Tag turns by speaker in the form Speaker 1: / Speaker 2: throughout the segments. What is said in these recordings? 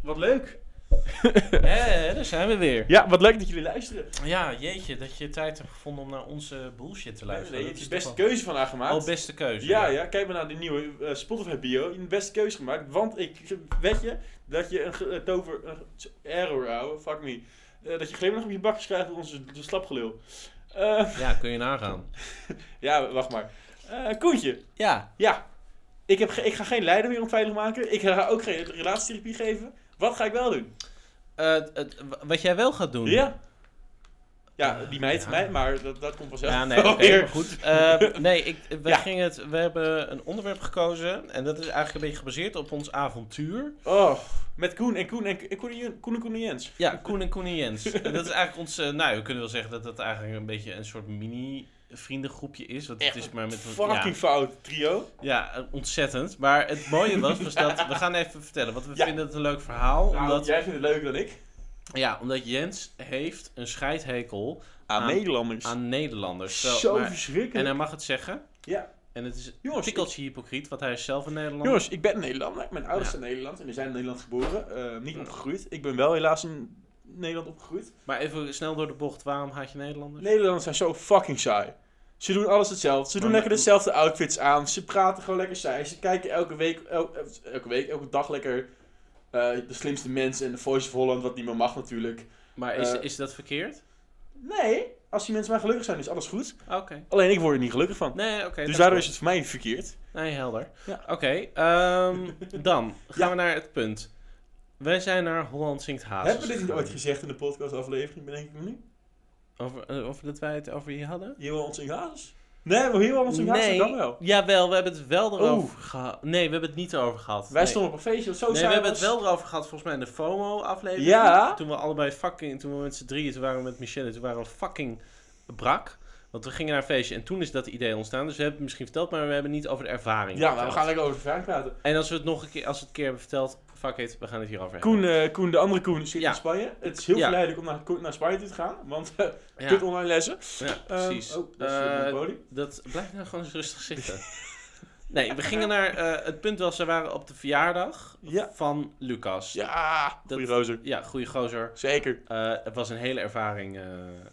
Speaker 1: Wat leuk.
Speaker 2: Hé, daar zijn we weer.
Speaker 1: Ja, wat leuk dat jullie luisteren.
Speaker 2: Ja, jeetje, dat je tijd hebt gevonden om naar onze bullshit te luisteren.
Speaker 1: Nee, je hebt
Speaker 2: Dat is
Speaker 1: je beste
Speaker 2: toch
Speaker 1: keuze van haar gemaakt.
Speaker 2: wel- Oh, beste keuze.
Speaker 1: ja, ja, kijk maar naar de nieuwe eh, Spotify bio. Je hebt de beste keuze gemaakt, want ik weet je dat je een ge- eh, tover... Een ge- error, ouwe, fuck me. Eh, dat je glimlach op je bakjes krijgt door onze de slapgelul. Eh,
Speaker 2: Ja, kun je nagaan.
Speaker 1: ja, wacht maar. Eh, Koentje,
Speaker 2: Ja.
Speaker 1: ja. Ik, heb ge- ik ga geen leider meer onveilig maken. Ik ga ook geen relatietherapie geven. Wat ga ik wel doen?
Speaker 2: eh, het- wat jij wel gaat doen.
Speaker 1: Ja. Ja, die meid,
Speaker 2: Ja.
Speaker 1: mij, maar dat, dat komt vanzelf.
Speaker 2: Ja, nee, oké,
Speaker 1: wel
Speaker 2: maar
Speaker 1: weer.
Speaker 2: goed. Eh, nee, ik, we,
Speaker 1: Ja.
Speaker 2: gingen het, we hebben een onderwerp gekozen. En dat is eigenlijk een beetje gebaseerd op ons avontuur.
Speaker 1: Oh, met Koen en Koen en en Koen en Jen- Koen en Koen en Jens.
Speaker 2: Ja, Koen en Koen en Jens. En dat is eigenlijk ons... eh, nou, we kunnen wel zeggen dat dat eigenlijk een beetje een soort mini-vriendengroepje is. Want
Speaker 1: Echt
Speaker 2: het is maar met...
Speaker 1: Fucking fout, trio.
Speaker 2: Ja, ja, eh, ontzettend. Maar het mooie was, was dat... We gaan even vertellen, want we
Speaker 1: Ja.
Speaker 2: vinden het een leuk verhaal.
Speaker 1: Nou,
Speaker 2: omdat,
Speaker 1: Jij vindt het leuker dan ik.
Speaker 2: ja, omdat Jens heeft een scheidhekel
Speaker 1: Aan,
Speaker 2: Aan-
Speaker 1: Nederlanders.
Speaker 2: aan Nederlanders. Terwijl-
Speaker 1: Zo
Speaker 2: maar- en
Speaker 1: verschrikkelijk.
Speaker 2: hij mag het zeggen.
Speaker 1: ja.
Speaker 2: En het is een
Speaker 1: Jongens,
Speaker 2: tikkeltje hypocriet, want hij is zelf een Nederlander.
Speaker 1: Jongens, ik ben een Nederlander. Mijn ouders
Speaker 2: Ja.
Speaker 1: zijn Nederlands en die zijn in Nederland geboren. eh, niet opgegroeid. Ik ben wel helaas in Nederland opgegroeid.
Speaker 2: Maar even snel door de bocht, waarom haat je Nederlanders?
Speaker 1: Nederlanders zijn zo fucking saai. Ze doen alles hetzelfde. Ze doen
Speaker 2: Maar-
Speaker 1: lekker dezelfde outfits aan. Ze praten gewoon lekker saai. Ze kijken elke week, el- eh, elke, week elke dag lekker eh, de slimste mensen en de Voice of Holland, wat niet meer mag natuurlijk.
Speaker 2: Maar is,
Speaker 1: Eh,
Speaker 2: is dat verkeerd?
Speaker 1: Nee, als die mensen maar gelukkig zijn, is alles goed.
Speaker 2: Oké.
Speaker 1: Alleen ik word er niet gelukkig van.
Speaker 2: Nee, oké.
Speaker 1: Oh.
Speaker 2: dat
Speaker 1: dus
Speaker 2: is
Speaker 1: daardoor
Speaker 2: goed.
Speaker 1: is het voor mij verkeerd.
Speaker 2: Nee, helder.
Speaker 1: Ja.
Speaker 2: Oké, ehm, dan
Speaker 1: Ja.
Speaker 2: gaan we naar het punt. Wij zijn naar Holland Zingt Hazes
Speaker 1: Hebben we dit niet
Speaker 2: gegaan.
Speaker 1: ooit gezegd in de podcastaflevering, bedenk ik me nu?
Speaker 2: Over, eh, over dat wij het over je hadden?
Speaker 1: Hier wel ons in Hazes? Nee, maar hier wel ons in Hazes, dat kan wel.
Speaker 2: jawel, we hebben het wel erover
Speaker 1: Oeh.
Speaker 2: gehad. Nee, we hebben het niet erover gehad.
Speaker 1: Wij
Speaker 2: nee.
Speaker 1: stonden op een feestje, wat zo
Speaker 2: Nee,
Speaker 1: saai
Speaker 2: we hebben het
Speaker 1: was.
Speaker 2: wel erover gehad volgens mij in de FOMO-aflevering.
Speaker 1: Ja.
Speaker 2: Toen we allebei fucking, toen we met z'n drieën, toen waren we met Michelle, toen waren we fucking brak. Want we gingen naar een feestje en toen is dat idee ontstaan. Dus we hebben het misschien verteld, maar we hebben niet over de ervaring
Speaker 1: Ja, maar we
Speaker 2: verteld.
Speaker 1: gaan lekker over de vraag praten.
Speaker 2: En als we het nog een keer, als we het een keer hebben verteld, fuck it, we gaan het hierover
Speaker 1: Koen, eh, Koen, de andere Koen, zit
Speaker 2: Ja.
Speaker 1: in Spanje. Het is heel
Speaker 2: Ja.
Speaker 1: verleidelijk om naar, Koen- naar Spanje toe te gaan, want eh
Speaker 2: hebben.
Speaker 1: kut online lessen.
Speaker 2: Ja, ja
Speaker 1: Ehm,
Speaker 2: precies.
Speaker 1: oh, dat is
Speaker 2: Eh,
Speaker 1: op een podium.
Speaker 2: Dat blijft nou gewoon eens rustig zitten. Nee, we gingen naar. eh, het punt was, ze waren op de verjaardag
Speaker 1: Ja.
Speaker 2: van Lucas.
Speaker 1: Ja,
Speaker 2: dat-
Speaker 1: goeie rozer.
Speaker 2: Ja, goede gozer.
Speaker 1: Zeker.
Speaker 2: Eh, het was een hele ervaring, eh,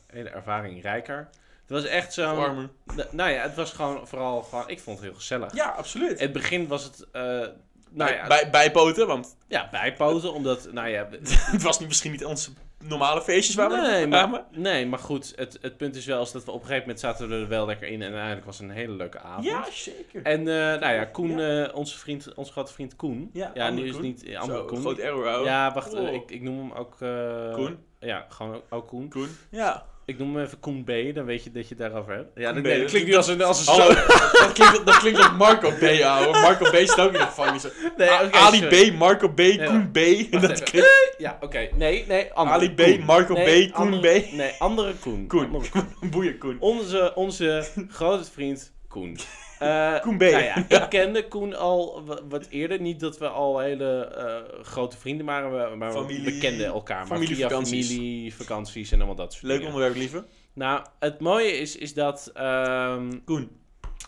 Speaker 2: hele ervaring rijker. Het was echt zo.
Speaker 1: Warmer.
Speaker 2: Nou ja, het was gewoon vooral gewoon. Ik vond het heel gezellig.
Speaker 1: Ja, absoluut.
Speaker 2: In het begin was het. eh, nou
Speaker 1: Bij-
Speaker 2: ja,
Speaker 1: bij, bijpoten, want
Speaker 2: ja, bijpoten, omdat. Nou ja,
Speaker 1: het was niet, misschien niet onze normale feestjes waar we
Speaker 2: nee,
Speaker 1: naartoe
Speaker 2: maar,
Speaker 1: kwamen.
Speaker 2: nee, maar goed. Het, het punt is wel als dat we op een gegeven moment zaten we er wel lekker in. En uiteindelijk was het een hele leuke avond.
Speaker 1: Ja, zeker.
Speaker 2: Ah, En eh, nou ja, Koen, eh, onze vriend, onze grote vriend Koen.
Speaker 1: Ja,
Speaker 2: ja
Speaker 1: andere
Speaker 2: nu is het
Speaker 1: Koen.
Speaker 2: niet eh, andere
Speaker 1: Zo,
Speaker 2: Koen.
Speaker 1: groot error, ouwe.
Speaker 2: Ja, wacht, eh,
Speaker 1: Oh.
Speaker 2: ik, ik noem hem ook. eh,
Speaker 1: Koen.
Speaker 2: Ja, gewoon ook, ook Koen.
Speaker 1: Koen. Ja.
Speaker 2: Ik noem hem even Koen B, dan weet je dat je het daarover hebt. Ja, dat,
Speaker 1: B,
Speaker 2: nee, dat Oh,
Speaker 1: dat-
Speaker 2: klinkt niet als een, als een
Speaker 1: Hallo,
Speaker 2: zo-
Speaker 1: dat klinkt, dat klinkt als Marco B, ouwe. Marco B staat ook in de gevangenis.
Speaker 2: Nee,
Speaker 1: A-
Speaker 2: oké,
Speaker 1: Ali
Speaker 2: sorry.
Speaker 1: B, Marco B, Koen B.
Speaker 2: Wacht
Speaker 1: Dat
Speaker 2: even.
Speaker 1: klinkt...
Speaker 2: Ja, oké. Nee, nee, andere
Speaker 1: Ali B,
Speaker 2: Koen.
Speaker 1: Marco
Speaker 2: Nee,
Speaker 1: B, Koen
Speaker 2: andere-
Speaker 1: B.
Speaker 2: Nee, andere Koen.
Speaker 1: Koen.
Speaker 2: Andere
Speaker 1: Boeien, Koen.
Speaker 2: Onze, onze grote vriend Koen. Eh,
Speaker 1: Koen B.
Speaker 2: Nou ja, ik kende Koen al wa- wat eerder. Niet dat we al hele eh, grote vrienden waren, we- maar
Speaker 1: Familie-
Speaker 2: we kenden elkaar. Maar via
Speaker 1: familievakanties.
Speaker 2: familie, vakanties en allemaal dat soort
Speaker 1: Leuk
Speaker 2: dingen.
Speaker 1: onderwerp, lieve.
Speaker 2: Nou, het mooie is, is dat, ehm,
Speaker 1: Koen.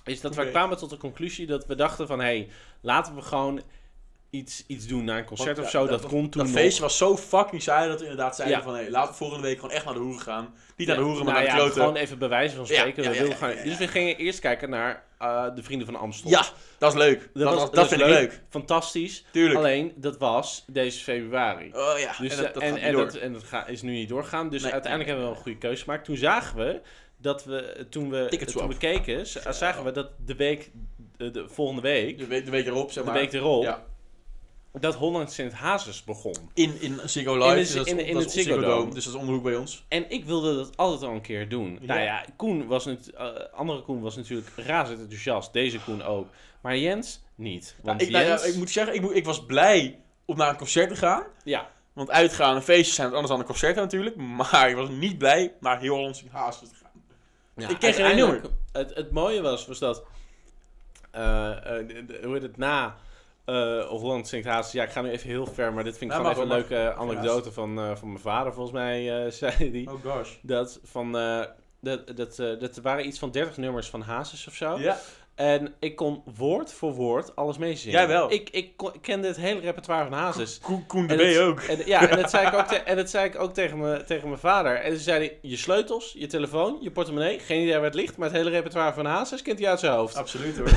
Speaker 2: is dat
Speaker 1: Oké.
Speaker 2: wij kwamen tot de conclusie dat we dachten van... hé, hey, laten we gewoon iets, iets doen na een concert
Speaker 1: Want,
Speaker 2: of
Speaker 1: ja,
Speaker 2: zo. Dat, kon toen
Speaker 1: Dat
Speaker 2: nog.
Speaker 1: feestje was zo fucking saai dat we inderdaad zeiden
Speaker 2: Ja.
Speaker 1: van... Hé, laten we volgende week gewoon echt naar de hoeren gaan. Niet naar de
Speaker 2: Ja,
Speaker 1: hoeren, maar
Speaker 2: nou
Speaker 1: naar de
Speaker 2: ja,
Speaker 1: kloten.
Speaker 2: Gewoon even bewijzen van
Speaker 1: Ja,
Speaker 2: spreken.
Speaker 1: ja,
Speaker 2: we
Speaker 1: ja,
Speaker 2: wilden
Speaker 1: ja,
Speaker 2: gewoon-
Speaker 1: ja, ja.
Speaker 2: Dus we gingen eerst kijken naar eh, de vrienden van Amstel.
Speaker 1: Ja, dat is leuk. Dat,
Speaker 2: was-
Speaker 1: was- dat,
Speaker 2: was
Speaker 1: vind ik leuk.
Speaker 2: Fantastisch.
Speaker 1: Tuurlijk.
Speaker 2: Alleen, dat was deze februari.
Speaker 1: Oh ja,
Speaker 2: Dus,
Speaker 1: en dat, dat
Speaker 2: en,
Speaker 1: gaat niet
Speaker 2: en
Speaker 1: door.
Speaker 2: dat, en dat ga- is nu niet doorgaan. Dus
Speaker 1: Nee.
Speaker 2: uiteindelijk hebben we wel een goede keuze gemaakt. Toen zagen we dat we, toen we,
Speaker 1: Ticket swap.
Speaker 2: toen we keken, z- zagen we dat de week, de, de volgende week,
Speaker 1: de, week, de week erop, zeg
Speaker 2: de
Speaker 1: maar.
Speaker 2: week erop,
Speaker 1: Ja.
Speaker 2: dat Holland Sint Hazes begon.
Speaker 1: In, in Ziggo Live,
Speaker 2: In de-
Speaker 1: dus dat is
Speaker 2: in-
Speaker 1: on-
Speaker 2: in
Speaker 1: dat
Speaker 2: het
Speaker 1: is op
Speaker 2: Ziggo Dome.
Speaker 1: Dus dat is om de hoek bij ons.
Speaker 2: En ik wilde dat altijd al een keer doen. Nou
Speaker 1: Ja.
Speaker 2: ja, Koen was nat- eh, andere Koen was natuurlijk razend enthousiast. Deze Koen ook. Maar Jens niet. Want
Speaker 1: ik, nou ja,
Speaker 2: Jens,
Speaker 1: ik moet zeggen, ik, moet, ik was blij om naar een concert te gaan.
Speaker 2: ja,
Speaker 1: Want uitgaan en feestjes zijn het anders dan een concert natuurlijk. Maar ik was niet blij naar heel Hollands in Hazen te gaan.
Speaker 2: Ja,
Speaker 1: Ik ken geen
Speaker 2: uiteindelijk, Het, het mooie was, was dat... eh, eh, de- de- hoe heet het? Na eh Holland Sint Haas... Ja, ik ga nu even heel ver, maar dit vind ik
Speaker 1: Ja,
Speaker 2: gewoon
Speaker 1: mag
Speaker 2: even een
Speaker 1: wel,
Speaker 2: leuke anekdote van, eh, van mijn vader, volgens mij, eh, zei die.
Speaker 1: Oh gosh.
Speaker 2: Dat van... eh, dat, dat, eh, dat er waren iets van 30 nummers van Hazes of zo.
Speaker 1: Ja,
Speaker 2: En ik kon woord voor woord alles meezingen.
Speaker 1: Jij wel.
Speaker 2: Ik, ik, kon- ik kende het hele repertoire van Hazes.
Speaker 1: Koen, Koen de
Speaker 2: En
Speaker 1: B
Speaker 2: het-
Speaker 1: ook.
Speaker 2: En, ja, en dat zei ik ook, te- en dat zei ik ook tegen, me, tegen mijn vader. En toen zei hij, je sleutels, je telefoon, je portemonnee. Geen idee waar het ligt, maar het hele repertoire van Hazes kent hij uit zijn hoofd.
Speaker 1: Absoluut hoor.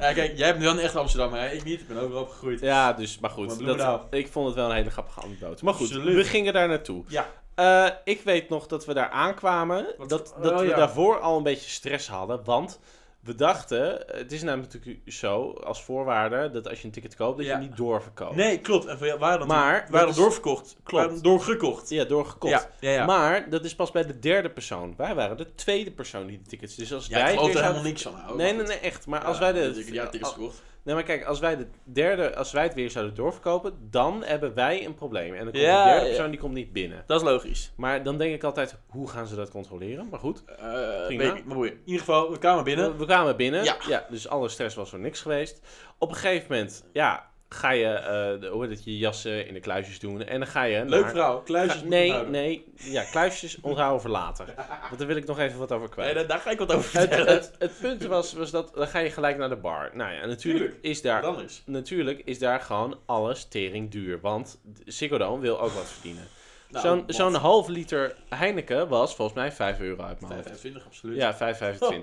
Speaker 1: ja, kijk, jij bent wel een echt Amsterdam, hè? Ik niet. Ik ben overal opgegroeid.
Speaker 2: Ja, dus, maar goed.
Speaker 1: Maar
Speaker 2: dat,
Speaker 1: Bloemendaal.
Speaker 2: ik vond het wel een hele grappige anekdote. Maar goed,
Speaker 1: Absoluut.
Speaker 2: we gingen daar naartoe.
Speaker 1: Ja.
Speaker 2: Eh, ik weet nog dat we daar aankwamen.
Speaker 1: Wat-
Speaker 2: dat
Speaker 1: oh,
Speaker 2: dat we
Speaker 1: ja.
Speaker 2: daarvoor al een beetje stress hadden. Want we dachten, het is namelijk natuurlijk zo als voorwaarde dat als je een ticket koopt, dat
Speaker 1: Ja.
Speaker 2: je hem niet doorverkoopt.
Speaker 1: Nee, klopt. En we waren dan,
Speaker 2: Maar-
Speaker 1: we waren
Speaker 2: dat is-
Speaker 1: doorverkocht.
Speaker 2: Klopt.
Speaker 1: We waren doorgekocht.
Speaker 2: Ja, doorgekocht.
Speaker 1: Ja, ja, ja.
Speaker 2: Maar dat is pas bij de derde persoon. Wij waren de tweede persoon die de tickets. Dus als
Speaker 1: Jij
Speaker 2: wij.
Speaker 1: gelooft
Speaker 2: weer
Speaker 1: er helemaal
Speaker 2: zouden-
Speaker 1: niks van. ouwe.
Speaker 2: Nee,
Speaker 1: Maar
Speaker 2: nee,
Speaker 1: goed.
Speaker 2: nee, echt. Maar als
Speaker 1: Ja,
Speaker 2: wij
Speaker 1: natuurlijk,
Speaker 2: de. Oh.
Speaker 1: Die had tickets gekocht.
Speaker 2: Nee, maar kijk, als wij de derde, als wij het weer zouden doorverkopen, dan hebben wij een probleem. En dan komt
Speaker 1: Ja,
Speaker 2: de derde
Speaker 1: ja.
Speaker 2: persoon die komt niet binnen.
Speaker 1: Dat is logisch.
Speaker 2: Maar dan denk ik altijd, hoe gaan ze dat controleren? Maar goed,
Speaker 1: Eh
Speaker 2: Prima.
Speaker 1: weet ik, maar boeien. In ieder geval, we kwamen binnen.
Speaker 2: we, we kwamen binnen.
Speaker 1: Ja.
Speaker 2: dus alle stress was voor niks geweest. Op een gegeven moment, ja, ga je, eh de, hoe heet het, je jassen in de kluisjes doen. En dan ga je
Speaker 1: Leuk
Speaker 2: naar-
Speaker 1: verhaal. Kluisjes
Speaker 2: Ga-
Speaker 1: moeten
Speaker 2: nee,
Speaker 1: houden.
Speaker 2: nee. Ja, kluisjes onthouden voor later. Want daar wil ik nog even wat over kwijt.
Speaker 1: Nee, daar, daar ga ik wat over
Speaker 2: het,
Speaker 1: vertellen.
Speaker 2: het, het punt was, was dat, dan ga je gelijk naar de bar. Nou ja, natuurlijk
Speaker 1: Tuurlijk.
Speaker 2: is daar
Speaker 1: Wat anders.
Speaker 2: Natuurlijk is daar gewoon alles tering duur. Want Ziggo Dome wil ook wat verdienen.
Speaker 1: Nou,
Speaker 2: zo'n,
Speaker 1: wat?
Speaker 2: zo'n half liter Heineken was volgens mij 5 euro uit mijn hoofd.
Speaker 1: 25, absoluut.
Speaker 2: Ja,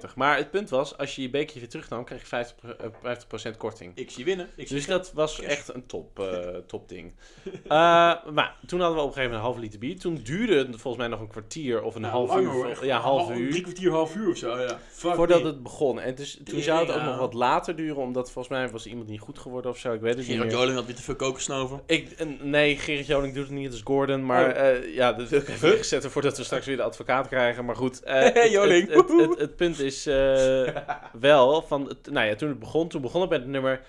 Speaker 2: 5,25. Maar het punt was, als je je beekje weer terugnam, kreeg je 50, pro- eh, 50% korting.
Speaker 1: Ik zie winnen. Ik zie
Speaker 2: Dus dat was
Speaker 1: Yes.
Speaker 2: echt een top, eh, top ding. Eh, maar toen hadden we op een gegeven moment een half liter bier. Toen duurde het volgens mij nog een kwartier of een
Speaker 1: Nou,
Speaker 2: half
Speaker 1: langer,
Speaker 2: uur.
Speaker 1: hoor.
Speaker 2: vol-
Speaker 1: Echt
Speaker 2: ja, half
Speaker 1: een
Speaker 2: uur.
Speaker 1: Drie kwartier, half uur of zo, ja. Fuck
Speaker 2: Voordat
Speaker 1: me.
Speaker 2: het begon. En dus, toen
Speaker 1: Tering
Speaker 2: zou het ook
Speaker 1: aan.
Speaker 2: nog wat later duren, omdat volgens mij was iemand niet goed geworden of zo. Ik weet het niet
Speaker 1: Gerard
Speaker 2: meer.
Speaker 1: Joling had weer te veel kokos over.
Speaker 2: Ik, eh, nee, Gerrit Joling doet het niet, dus Gordon. Maar
Speaker 1: Oh.
Speaker 2: eh, ja, dat wil ik even
Speaker 1: Huh?
Speaker 2: wegzetten voordat we straks weer de advocaat krijgen. Maar goed, eh,
Speaker 1: Hey,
Speaker 2: het-
Speaker 1: Joling,
Speaker 2: Het, het,
Speaker 1: woehoe.
Speaker 2: het- het punt is eh, wel van, het- nou ja, toen het begon, toen begon het met het nummer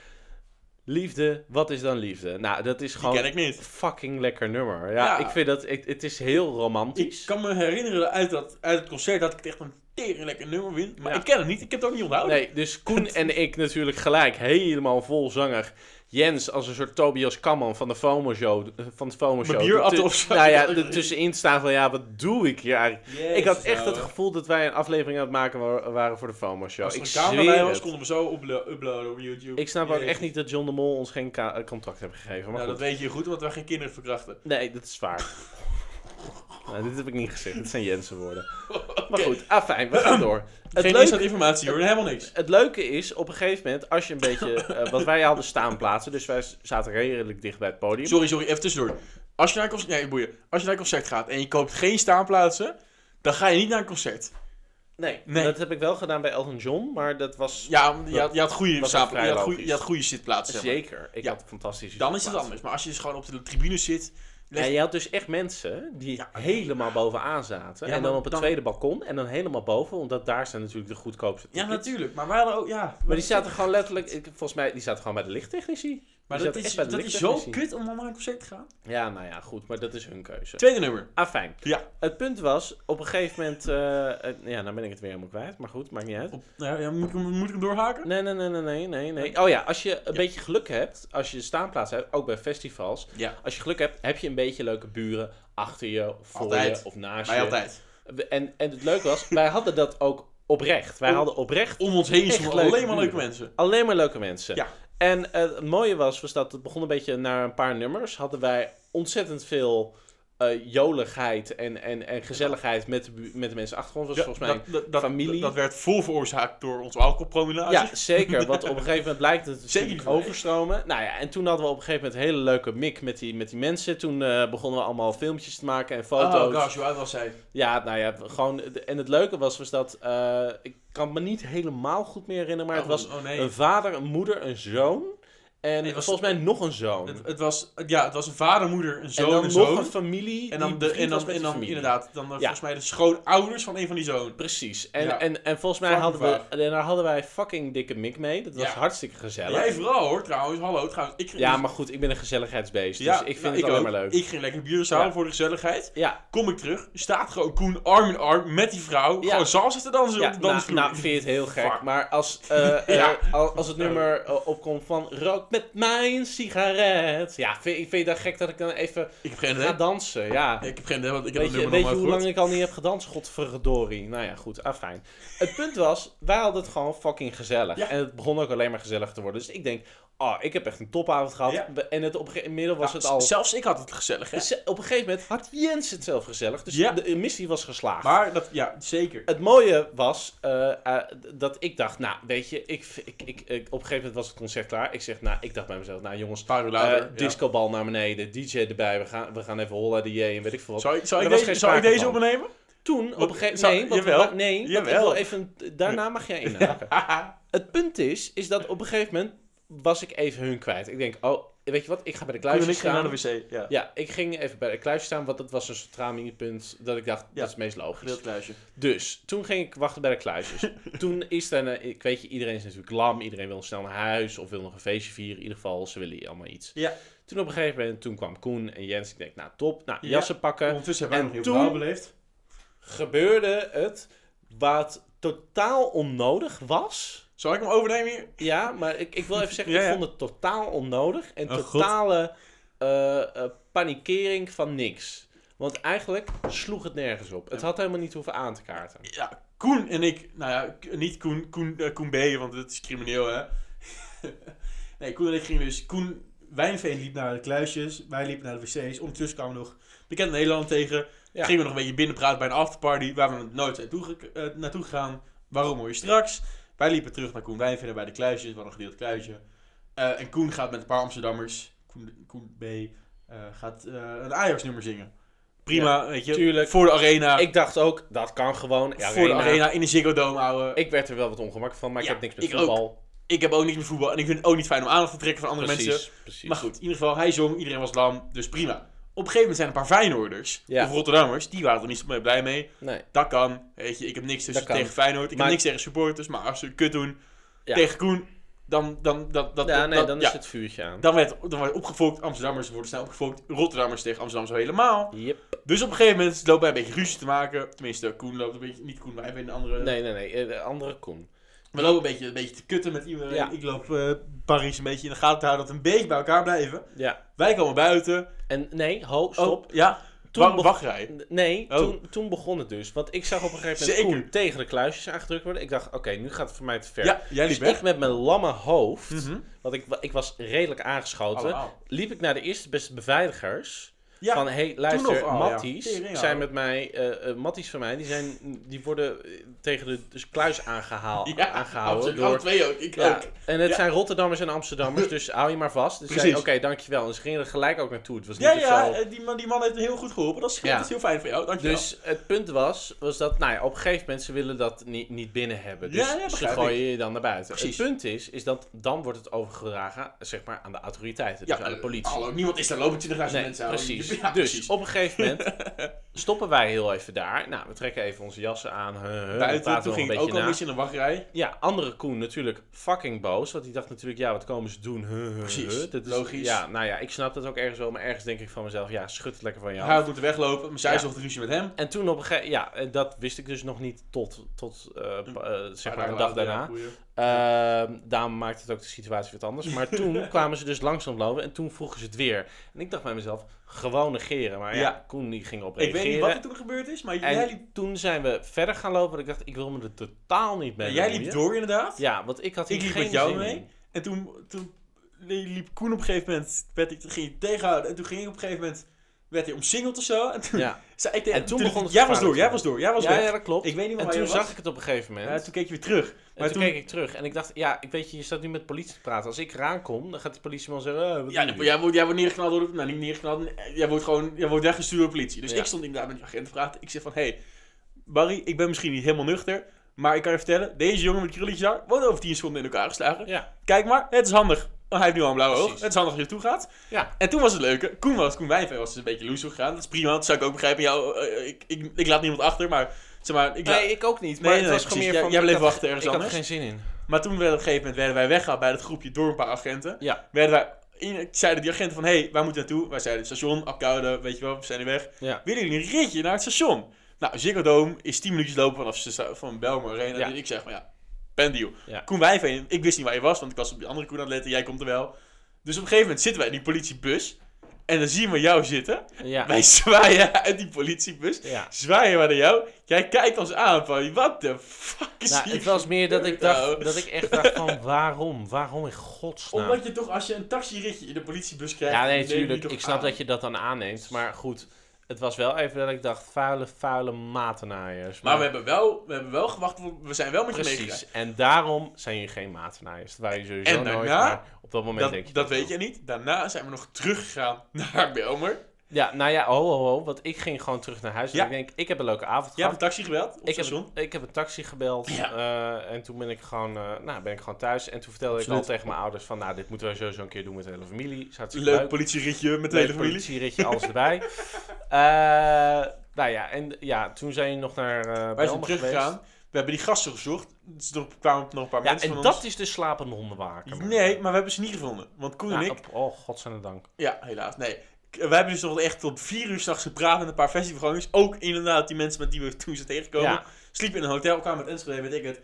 Speaker 2: Liefde, wat is dan liefde? Nou, dat is
Speaker 1: Die
Speaker 2: gewoon
Speaker 1: ken
Speaker 2: een
Speaker 1: ik niet.
Speaker 2: fucking lekker nummer. Ja,
Speaker 1: Ja.
Speaker 2: ik vind dat, ik, het is heel
Speaker 1: Ik
Speaker 2: romantisch.
Speaker 1: kan me herinneren uit, dat, uit het concert dat ik echt een tering lekker nummer win. Maar
Speaker 2: Ja.
Speaker 1: ik ken het niet. Ik heb het ook niet onthouden.
Speaker 2: Nee, dus Koen en ik natuurlijk gelijk helemaal vol zanger. Jens als een soort Tobias Kamman van de FOMO Show. Van de FOMO
Speaker 1: Mijn
Speaker 2: Show.
Speaker 1: bier at
Speaker 2: Tu-
Speaker 1: of zo.
Speaker 2: Nou ja, er tussenin staan van ja, wat doe ik hier eigenlijk?
Speaker 1: Jezus, nou,
Speaker 2: ik had echt het
Speaker 1: ouwe.
Speaker 2: gevoel dat wij een aflevering aan het maken wa- waren voor de FOMO Show.
Speaker 1: Als er
Speaker 2: Ik
Speaker 1: een camera bij
Speaker 2: zweer
Speaker 1: was,
Speaker 2: het.
Speaker 1: konden we zo uplo- uploaden op YouTube.
Speaker 2: Ik snap ook
Speaker 1: Jezus.
Speaker 2: echt niet dat John de Mol ons geen ka- eh, contract heeft gegeven. Maar
Speaker 1: Nou, dat
Speaker 2: goed.
Speaker 1: weet je goed, want wij geen kinderen verkrachten.
Speaker 2: Nee, dat is waar. Nou, dit heb ik niet gezegd. Dit zijn Jensen woorden. Maar goed, afijn, we gaan door. Het
Speaker 1: geen
Speaker 2: leuke
Speaker 1: leuke... informatie hoor, helemaal niks.
Speaker 2: Het leuke is, op een gegeven moment, als je een beetje... eh, wat wij hadden staanplaatsen, dus wij zaten redelijk dicht bij het podium.
Speaker 1: Sorry, sorry, even tussendoor. Als je naar een concert, nee, boeien. Als je naar een concert gaat en je koopt geen staanplaatsen, dan ga je niet naar een concert.
Speaker 2: Nee,
Speaker 1: Nee.
Speaker 2: dat heb ik wel gedaan bij Elton John, maar dat was...
Speaker 1: Ja, want je had, je had goede
Speaker 2: Dat is vrij
Speaker 1: staanpla- je had goede-
Speaker 2: logisch.
Speaker 1: je had goede zitplaatsen. zeg maar.
Speaker 2: Zeker, ik
Speaker 1: Ja.
Speaker 2: had fantastische
Speaker 1: Dan is het
Speaker 2: plaatsen.
Speaker 1: anders. Maar als je dus gewoon op de tribune zit,
Speaker 2: Ja, je had dus echt mensen die helemaal bovenaan zaten.
Speaker 1: Ja,
Speaker 2: en dan
Speaker 1: maar
Speaker 2: op het
Speaker 1: dan-
Speaker 2: tweede balkon en dan helemaal boven, omdat daar zijn natuurlijk de goedkoopste
Speaker 1: ja
Speaker 2: tickets.
Speaker 1: natuurlijk. Maar wij hadden ook, ja.
Speaker 2: Maar die zaten gewoon letterlijk, ik, volgens mij, die zaten gewoon bij de lichttechnici.
Speaker 1: Maar
Speaker 2: die
Speaker 1: dat
Speaker 2: zaten
Speaker 1: is,
Speaker 2: echt bij de
Speaker 1: dat is zo
Speaker 2: lichttechnici.
Speaker 1: kut om dan naar een concert te gaan.
Speaker 2: Ja, nou ja, goed, maar dat is hun keuze.
Speaker 1: Tweede nummer.
Speaker 2: Afijn.
Speaker 1: Ja.
Speaker 2: Het punt was, op een gegeven moment, eh, eh, ja, dan ben ik het weer helemaal kwijt, maar goed, maakt niet uit.
Speaker 1: Op, nou ja, moet, ik, hem- moet ik hem doorhaken?
Speaker 2: Nee, nee, nee, nee, nee, nee, nee. Oh ja, als je een beetje geluk hebt, als je staanplaats hebt, ook bij festivals.
Speaker 1: Ja.
Speaker 2: Als je geluk hebt, heb je een beetje leuke buren achter je, of voor
Speaker 1: Altijd.
Speaker 2: je, of naast
Speaker 1: Wij
Speaker 2: je.
Speaker 1: altijd.
Speaker 2: We- En, en het leuke was, wij hadden dat ook oprecht. Wij
Speaker 1: Om-
Speaker 2: hadden oprecht
Speaker 1: Om ons heen
Speaker 2: Echt
Speaker 1: stonden
Speaker 2: leuke
Speaker 1: alleen maar leuke
Speaker 2: buren.
Speaker 1: mensen.
Speaker 2: alleen maar leuke mensen.
Speaker 1: Ja.
Speaker 2: En eh, het mooie was, was dat het begon een beetje naar een paar nummers. Hadden wij ontzettend veel eh, joligheid en, en, en gezelligheid met de, bu- met de mensen achter ons. Was
Speaker 1: Ja,
Speaker 2: volgens mij
Speaker 1: dat- dat, dat,
Speaker 2: familie.
Speaker 1: Dat werd vol veroorzaakt door onze alcoholprominaties.
Speaker 2: Ja, zeker. Want op een gegeven moment blijkt het
Speaker 1: Zeker
Speaker 2: natuurlijk
Speaker 1: niet.
Speaker 2: overstromen. Nou ja, en toen hadden we op een gegeven moment een hele leuke mik met die, met die mensen. Toen eh, begonnen we allemaal filmpjes te maken en foto's.
Speaker 1: Oh gosh, hoe oud was zij?
Speaker 2: ja, nou ja, gewoon. En het leuke was, was dat. eh, ik kan me niet helemaal goed meer herinneren, maar het
Speaker 1: Oh,
Speaker 2: was
Speaker 1: oh, nee.
Speaker 2: een vader, een moeder, een zoon. En
Speaker 1: het was-
Speaker 2: volgens mij nog een zoon.
Speaker 1: het, het was, ja, het was een vader, moeder, een zoon,
Speaker 2: en dan
Speaker 1: een
Speaker 2: nog
Speaker 1: zoon.
Speaker 2: een familie.
Speaker 1: en dan,
Speaker 2: die
Speaker 1: de, en
Speaker 2: bevriend was
Speaker 1: dan,
Speaker 2: met
Speaker 1: en
Speaker 2: die
Speaker 1: dan
Speaker 2: familie.
Speaker 1: inderdaad, dan eh,
Speaker 2: Ja.
Speaker 1: volgens mij de schoonouders van een van die zoon.
Speaker 2: Precies. En,
Speaker 1: Ja.
Speaker 2: en, en volgens mij
Speaker 1: Fucking
Speaker 2: hadden we, en daar hadden wij fucking dikke mik mee. Dat was
Speaker 1: Ja.
Speaker 2: hartstikke gezellig.
Speaker 1: Jij vooral hoor, trouwens. Hallo, trouwens. Ik,
Speaker 3: dus-
Speaker 2: Ja, maar goed, ik ben een gezelligheidsbeest.
Speaker 1: Ja,
Speaker 2: dus ik vind
Speaker 1: nou,
Speaker 2: het alleen
Speaker 1: ook.
Speaker 2: maar leuk.
Speaker 1: Ik ging lekker bier halen
Speaker 2: Ja.
Speaker 1: voor de gezelligheid.
Speaker 2: Ja,
Speaker 1: Kom ik terug, staat gewoon Koen arm in arm met die vrouw.
Speaker 2: Ja.
Speaker 1: Gewoon salsa te dansen
Speaker 2: ja
Speaker 1: op de
Speaker 2: nou,
Speaker 1: dansvloer.
Speaker 2: nou, vind je het heel gek.
Speaker 1: Fuck.
Speaker 2: Maar als, eh, eh,
Speaker 1: Ja.
Speaker 2: al- als het nummer eh, opkomt van rook Stap met mij een sigaret. Ja, vind, vind je dat gek dat ik dan even
Speaker 3: Ik heb geen idee.
Speaker 2: ga dansen? Ja.
Speaker 3: Ik heb geen idee, want ik heb
Speaker 2: Weet
Speaker 3: het
Speaker 2: je,
Speaker 3: nummer
Speaker 2: weet
Speaker 3: nog
Speaker 2: je
Speaker 3: nooit
Speaker 2: hoe
Speaker 3: gehoord.
Speaker 2: lang ik al niet heb gedanst? Godverdorie. Nou ja, goed. Afijn. Het punt was, wij hadden het gewoon fucking gezellig.
Speaker 1: Ja.
Speaker 2: En het begon ook alleen maar gezellig te worden. Dus ik denk, oh, ik heb echt een topavond gehad.
Speaker 1: Ja.
Speaker 2: We- En het op een gegeven moment was
Speaker 3: Ja,
Speaker 2: het al...
Speaker 3: z- Nou, Zelfs ik had het gezellig, hè?
Speaker 2: Dus op een gegeven moment had Jens het zelf gezellig. Dus
Speaker 3: Ja.
Speaker 2: de missie was geslaagd.
Speaker 3: Maar, dat, ja, zeker.
Speaker 2: Het mooie was eh, eh, dat ik dacht, nou weet je, ik, ik, ik, ik- op een gegeven moment was het concert klaar. Ik zeg, nou, ik dacht bij mezelf, nou jongens,
Speaker 3: Een paar uur later.
Speaker 2: eh,
Speaker 3: ja.
Speaker 2: discobal naar beneden, DJ erbij, we gaan, we gaan even holla DJ en weet ik veel wat.
Speaker 3: Zou ik, zou ik
Speaker 2: Er was
Speaker 3: deze,
Speaker 2: geen
Speaker 3: zou ik
Speaker 2: sprake
Speaker 3: deze
Speaker 2: van.
Speaker 3: opnemen?
Speaker 2: Toen, op een gegeven
Speaker 3: Zou-
Speaker 2: moment, nee, want we-
Speaker 3: jawel.
Speaker 2: nee, want ik
Speaker 3: Jawel.
Speaker 2: wil even, daarna mag jij inhaken. Het punt is, is dat op een gegeven moment was ik even hun kwijt. Ik denk, oh, weet je wat, ik ga bij de kluis
Speaker 1: Toen ik ging
Speaker 2: staan.
Speaker 1: naar de wc. Ja.
Speaker 2: Ja, ik ging even bij de kluis staan, want dat was een centraal minpunt dat ik dacht, dat is het meest logisch.
Speaker 3: Gedeeld kluisje.
Speaker 2: Dus, toen ging ik wachten bij de kluisjes. toen is er, een- ik weet je, iedereen is natuurlijk lam, iedereen wil snel naar huis of wil nog een feestje vieren. In ieder geval, ze willen hier allemaal iets.
Speaker 1: Ja.
Speaker 2: Toen op een gegeven moment, toen kwam Koen en Jens. Ik denk, nou top, nou
Speaker 1: Ja.
Speaker 2: jassen pakken.
Speaker 3: Ondertussen
Speaker 2: En toen-
Speaker 3: beleefd.
Speaker 2: Gebeurde het wat totaal onnodig was.
Speaker 3: Zal ik hem overnemen hier?
Speaker 2: Ja, maar ik, ik wil even zeggen,
Speaker 1: Ja,
Speaker 2: ik
Speaker 1: ja.
Speaker 2: vond het totaal onnodig en
Speaker 3: Oh, God.
Speaker 2: totale eh, eh, panikering van niks. Want eigenlijk sloeg het nergens op. Het had helemaal niet hoeven aan te kaarten.
Speaker 3: Ja.
Speaker 1: Koen en ik, nou ja, K- niet Koen, Koen, eh, Koen B, want dat is crimineel, hè. nee, Koen en ik gingen dus... Koen Wijnveen liep naar de kluisjes, wij liepen naar de wc's. Ondertussen kwamen we nog bekend Nederland tegen.
Speaker 2: Ja.
Speaker 1: Gingen we nog een beetje binnenpraten bij een afterparty, waar we nog nooit naartoe, ge- eh, naartoe gegaan. Waarom hoor je straks? Wij liepen terug naar Koen Wijnveen en bij de kluisjes, we hadden een gedeeld kluisje. Eh, en Koen gaat met een paar Amsterdammers, Koen, Koen B, eh, gaat eh, een Ajax-nummer zingen. Prima, weet je.
Speaker 2: tuurlijk.
Speaker 1: Voor de arena.
Speaker 2: Ik dacht ook, dat kan gewoon. Ja, nou.
Speaker 1: voor de
Speaker 2: Arena.
Speaker 1: arena in de Ziggo Dome, ouwe.
Speaker 2: Ik werd er wel wat ongemakkelijk van, maar ik
Speaker 1: Ja,
Speaker 2: heb niks met
Speaker 1: ik
Speaker 2: voetbal.
Speaker 1: Ik heb ook niks met voetbal en ik vind het ook niet fijn om aandacht te trekken van andere
Speaker 2: Precies,
Speaker 1: mensen.
Speaker 2: precies.
Speaker 1: Maar goed, in ieder geval, hij zong, iedereen was lam, dus prima. Op een gegeven moment zijn er een paar Feyenoorders,
Speaker 2: Ja.
Speaker 1: of Rotterdammers, die waren er niet zo blij mee.
Speaker 2: Nee.
Speaker 1: Dat kan, weet je, ik heb niks tussen
Speaker 2: Dat kan.
Speaker 1: tegen Feyenoord, ik
Speaker 2: Maar-
Speaker 1: heb niks tegen supporters, maar als ze het kut doen
Speaker 2: Ja.
Speaker 1: tegen Koen, dan, dan, dat, dat,
Speaker 2: ja,
Speaker 1: dat-
Speaker 2: nee,
Speaker 1: dat-
Speaker 2: dan
Speaker 1: ja.
Speaker 2: is het vuurtje aan.
Speaker 1: Dan werd, dan werd opgefokt, Amsterdammers worden snel opgefokt, Rotterdammers tegen Amsterdam zo helemaal.
Speaker 2: Yep.
Speaker 1: Dus op een gegeven moment loopt hij een beetje ruzie te maken. Tenminste, Koen loopt een beetje, niet Koen, wij hebben een andere...
Speaker 2: Nee, nee, nee. eh, de Andere Koen.
Speaker 1: We lopen een beetje, een beetje te kutten met iedereen.
Speaker 2: Ja.
Speaker 1: Ik loop eh, Paris een beetje in de gaten te houden dat we een beetje bij elkaar blijven.
Speaker 2: Ja.
Speaker 1: Wij komen buiten.
Speaker 2: En nee, ho, stop.
Speaker 1: Oh, ja.
Speaker 2: Oh. Toen
Speaker 1: Toen
Speaker 2: begon-
Speaker 1: wachtrij.
Speaker 2: Nee,
Speaker 1: Oh.
Speaker 2: toen, toen begon het dus. Want ik zag op een gegeven moment
Speaker 1: Zeker.
Speaker 2: Koen tegen de kluisjes aangedrukt worden. Ik dacht, oké, nu gaat het voor mij te ver.
Speaker 1: Ja, jij
Speaker 2: dus
Speaker 1: liep
Speaker 2: ik
Speaker 1: weg.
Speaker 2: met mijn lamme hoofd,
Speaker 1: Mhm.
Speaker 2: want ik, wa- ik was redelijk aangeschoten,
Speaker 1: Allemaal.
Speaker 2: liep ik naar de eerste beste beveiligers.
Speaker 1: Ja,
Speaker 2: van, hey, luister,
Speaker 1: nog al, ja.
Speaker 2: Matties
Speaker 1: Tering, ja.
Speaker 2: zijn met mij, eh, eh, Matties van mij, die, zijn, die worden eh, tegen de dus kluis aangehaald,
Speaker 1: Ja,
Speaker 2: aangehouden.
Speaker 1: absoluut. Alle
Speaker 2: Door,
Speaker 1: twee ook. Ik
Speaker 2: ja,
Speaker 1: ook.
Speaker 2: en het
Speaker 1: Ja.
Speaker 2: zijn Rotterdammers en Amsterdammers, dus hou je maar vast. Dus zei, oké,
Speaker 1: Precies.
Speaker 2: dankjewel. En ze gingen er gelijk ook naartoe. Het was niet
Speaker 1: Ja,
Speaker 2: of
Speaker 1: ja,
Speaker 2: zo-
Speaker 1: eh, die man, die man heeft heel goed geholpen. Dat is,
Speaker 2: Ja.
Speaker 1: dat is heel fijn voor jou. Dankjewel.
Speaker 2: Dus het punt was, was dat nou ja, op een gegeven moment ze willen dat niet, niet binnen hebben. Dus
Speaker 1: Ja, ja,
Speaker 2: ze
Speaker 1: begrijp
Speaker 2: gooien je dan naar buiten.
Speaker 1: Precies.
Speaker 2: Het punt is, is dat dan wordt het overgedragen zeg maar, aan de autoriteiten, dus
Speaker 1: ja,
Speaker 2: aan de
Speaker 1: eh,
Speaker 2: politie.
Speaker 1: Hallo, niemand is daar lopen 20.000
Speaker 2: nee,
Speaker 1: mensen aan.
Speaker 2: precies.
Speaker 1: Ja,
Speaker 2: dus
Speaker 1: precies.
Speaker 2: op een gegeven moment stoppen wij heel even daar. Nou, we trekken even onze jassen aan. Huh, huh, we
Speaker 1: Buiten,
Speaker 2: praten
Speaker 1: toen
Speaker 2: nog
Speaker 1: ging
Speaker 2: een
Speaker 1: ik ook
Speaker 2: beetje
Speaker 1: al een
Speaker 2: na.
Speaker 1: beetje in de wachtrij.
Speaker 2: Ja, andere Koen natuurlijk fucking boos. Want die dacht natuurlijk, ja, wat komen ze doen? Huh, huh, huh.
Speaker 1: Precies,
Speaker 2: Dit is-
Speaker 1: logisch.
Speaker 2: Ja, nou ja, ik snap dat ook ergens wel. Maar ergens denk ik van mezelf, ja, schud het lekker van je af.
Speaker 1: Hij had moeten weglopen, maar zij
Speaker 2: Ja.
Speaker 1: zocht ruzie met hem.
Speaker 2: En toen op een gegeven ja, en dat wist ik dus nog niet tot, tot eh, pa- eh, zeg maar een dag
Speaker 1: later, ja,
Speaker 2: daarna.
Speaker 1: goeie.
Speaker 2: Ehm daarom maakte het ook de situatie wat anders. Maar toen kwamen ze dus langzaam lopen en toen vroegen ze het weer. En ik dacht bij mezelf, gewoon negeren. Maar ja,
Speaker 1: Ja.
Speaker 2: Koen die ging op
Speaker 1: Ik
Speaker 2: reageren.
Speaker 1: weet niet wat er toen gebeurd is, maar jij liep,
Speaker 2: en toen zijn we verder gaan lopen, want ik dacht, ik wil me er totaal niet mee
Speaker 1: jij
Speaker 2: bemoeien.
Speaker 1: liep door inderdaad.
Speaker 2: Ja, want ik had hier
Speaker 1: Ik liep
Speaker 2: geen
Speaker 1: met jou
Speaker 2: zin
Speaker 1: mee.
Speaker 2: in.
Speaker 1: En toen, toen liep Koen op een gegeven moment, werd ik, ging ik tegenhouden. En toen ging ik op een gegeven moment, werd hij omsingeld of zo. En toen
Speaker 2: Ja,
Speaker 1: zei ik tegen
Speaker 2: En toen
Speaker 1: liep
Speaker 2: begon
Speaker 1: ik,
Speaker 2: het
Speaker 1: Jij was
Speaker 2: gevaarlijk
Speaker 1: door, jij
Speaker 2: te
Speaker 1: was door, jij was
Speaker 2: ja,
Speaker 1: weg.
Speaker 2: ja, dat klopt.
Speaker 1: Ik weet niet meer
Speaker 2: En
Speaker 1: waar
Speaker 2: toen
Speaker 1: je
Speaker 2: zag
Speaker 1: was.
Speaker 2: ik het op een gegeven moment.
Speaker 1: Ja, toen keek je weer terug.
Speaker 2: En
Speaker 1: Maar
Speaker 2: toen,
Speaker 1: toen,
Speaker 2: keek ik terug en ik dacht, ja, ik weet je, je staat nu met politie te praten. Als ik eraan kom, dan gaat die politieman zeggen, eh, wat
Speaker 1: ja,
Speaker 2: doe
Speaker 1: dan-
Speaker 2: je?
Speaker 1: jij, wordt, jij wordt neergeknald door de... Nou, niet neergeknald. Jij wordt gewoon... Jij wordt weggestuurd door de politie. Dus
Speaker 2: Ja.
Speaker 1: ik stond inderdaad met die agent te praten. Ik zeg van... Hé, hey, Barry, ik ben misschien niet helemaal nuchter. Maar ik kan je vertellen... Deze jongen met die krulletjes daar... Wordt over 10 seconden in elkaar geslagen.
Speaker 2: Ja,
Speaker 1: Kijk maar, het is handig. Oh, hij heeft nu al een blauwe oog.
Speaker 2: Precies.
Speaker 1: Het is handig als je naartoe gaat.
Speaker 2: Ja.
Speaker 1: En toen was het leuke. Koen was, Koen Wijnveen was dus een beetje loezo gegaan. Dat is prima, dat zou ik ook begrijpen. Jou, eh, ik, ik, ik laat niemand achter, maar zeg maar... Ik laat-
Speaker 2: nee, ik ook niet.
Speaker 1: Nee,
Speaker 2: Maar
Speaker 1: nee,
Speaker 2: het was
Speaker 1: precies.
Speaker 2: gewoon meer
Speaker 1: Jij-
Speaker 2: van...
Speaker 1: jij
Speaker 2: ik
Speaker 1: bleef
Speaker 2: had-
Speaker 1: wachten ergens
Speaker 2: Ik had er
Speaker 1: anders.
Speaker 2: geen zin in.
Speaker 1: Maar toen werd op een gegeven moment werden wij weggehaald bij dat groepje door een paar agenten.
Speaker 2: Ja.
Speaker 1: Werden wij, in- zeiden die agenten van, hé, hey, waar moeten we naartoe? Wij zeiden, station, Apkoude, weet je wel, we zijn hier weg.
Speaker 2: Ja.
Speaker 1: Willen jullie een ritje naar het station? Nou, Ziggo Dome is 10 minuutjes lopen vanaf sta- van Belmer Arena.
Speaker 2: Ja.
Speaker 1: Dus ik zeg van, ja, ben deal.
Speaker 2: Ja.
Speaker 1: Koen Wijveen, ik wist niet waar je was, want ik was op die andere Koen aan het letten. Jij komt er wel. Dus op een gegeven moment zitten wij in die politiebus. En dan zien we jou zitten.
Speaker 2: Ja.
Speaker 1: Wij zwaaien uit die politiebus.
Speaker 2: ja.
Speaker 1: Zwaaien we naar jou. Jij kijkt ons aan van, what the fuck is
Speaker 2: Nou,
Speaker 1: hier?
Speaker 2: het was meer dat ik,
Speaker 1: Nou.
Speaker 2: dacht, dat ik echt dacht van waarom? Waarom in godsnaam?
Speaker 4: Omdat je toch, als je een taxiritje in de politiebus krijgt...
Speaker 2: Ja, nee,
Speaker 4: neem je die
Speaker 2: natuurlijk.
Speaker 4: toch
Speaker 2: Ik snap
Speaker 4: aan.
Speaker 2: dat je dat dan aanneemt. Maar goed, het was wel even dat ik dacht, vuile, vuile matenaaiers.
Speaker 1: Maar we hebben wel, we hebben wel gewacht. want We zijn wel met je meegegaan.
Speaker 2: Precies. En daarom zijn jullie geen matenaaiers. Dat waren jullie sowieso
Speaker 1: En daarna-
Speaker 2: nooit. Maar op dat moment
Speaker 1: Dat,
Speaker 2: denk je...
Speaker 1: dat weet
Speaker 2: wel.
Speaker 1: je niet. Daarna zijn we nog teruggegaan naar Belmer.
Speaker 2: Ja, nou ja, oh, oh, oh. Want ik ging gewoon terug naar huis.
Speaker 1: Ja.
Speaker 2: En ik denk, ik heb een leuke avond
Speaker 1: Jij hebt
Speaker 2: gehad.
Speaker 1: een taxi gebeld op
Speaker 2: ik, heb,
Speaker 1: station.
Speaker 2: ik heb een taxi gebeld
Speaker 1: Ja.
Speaker 2: eh, en toen ben ik, gewoon, eh, nou, ben ik gewoon thuis. En toen vertelde ik
Speaker 1: Absoluut.
Speaker 2: al tegen mijn ouders van, nou, dit moeten wij sowieso een keer doen met de hele familie. Is
Speaker 1: Leuk,
Speaker 2: hartstikke
Speaker 1: leuk politieritje met de hele
Speaker 2: Leuk
Speaker 1: familie.
Speaker 2: politieritje, alles erbij. Eh, nou ja, en ja, toen zijn je nog naar eh
Speaker 1: Wij zijn
Speaker 2: Belmer geweest.
Speaker 1: teruggegaan. We hebben die gasten gezocht. Dus er kwamen nog een paar
Speaker 2: Ja,
Speaker 1: mensen
Speaker 2: en
Speaker 1: van
Speaker 2: dat is de slapende hondenwaker.
Speaker 1: ons.
Speaker 2: man.
Speaker 1: Nee, maar we hebben ze niet gevonden. Want Koen
Speaker 2: Nou,
Speaker 1: en ik...
Speaker 2: op- oh, godzijdank dank.
Speaker 1: Ja, helaas. Nee. K- Wij hebben dus nog echt tot vier uur s'nachts gepraat met een paar festivalgangers. Ook inderdaad die mensen met die we toen zijn tegengekomen.
Speaker 2: Ja,
Speaker 1: Sliepen in een hotel, kwamen met Enschede, weet ik het.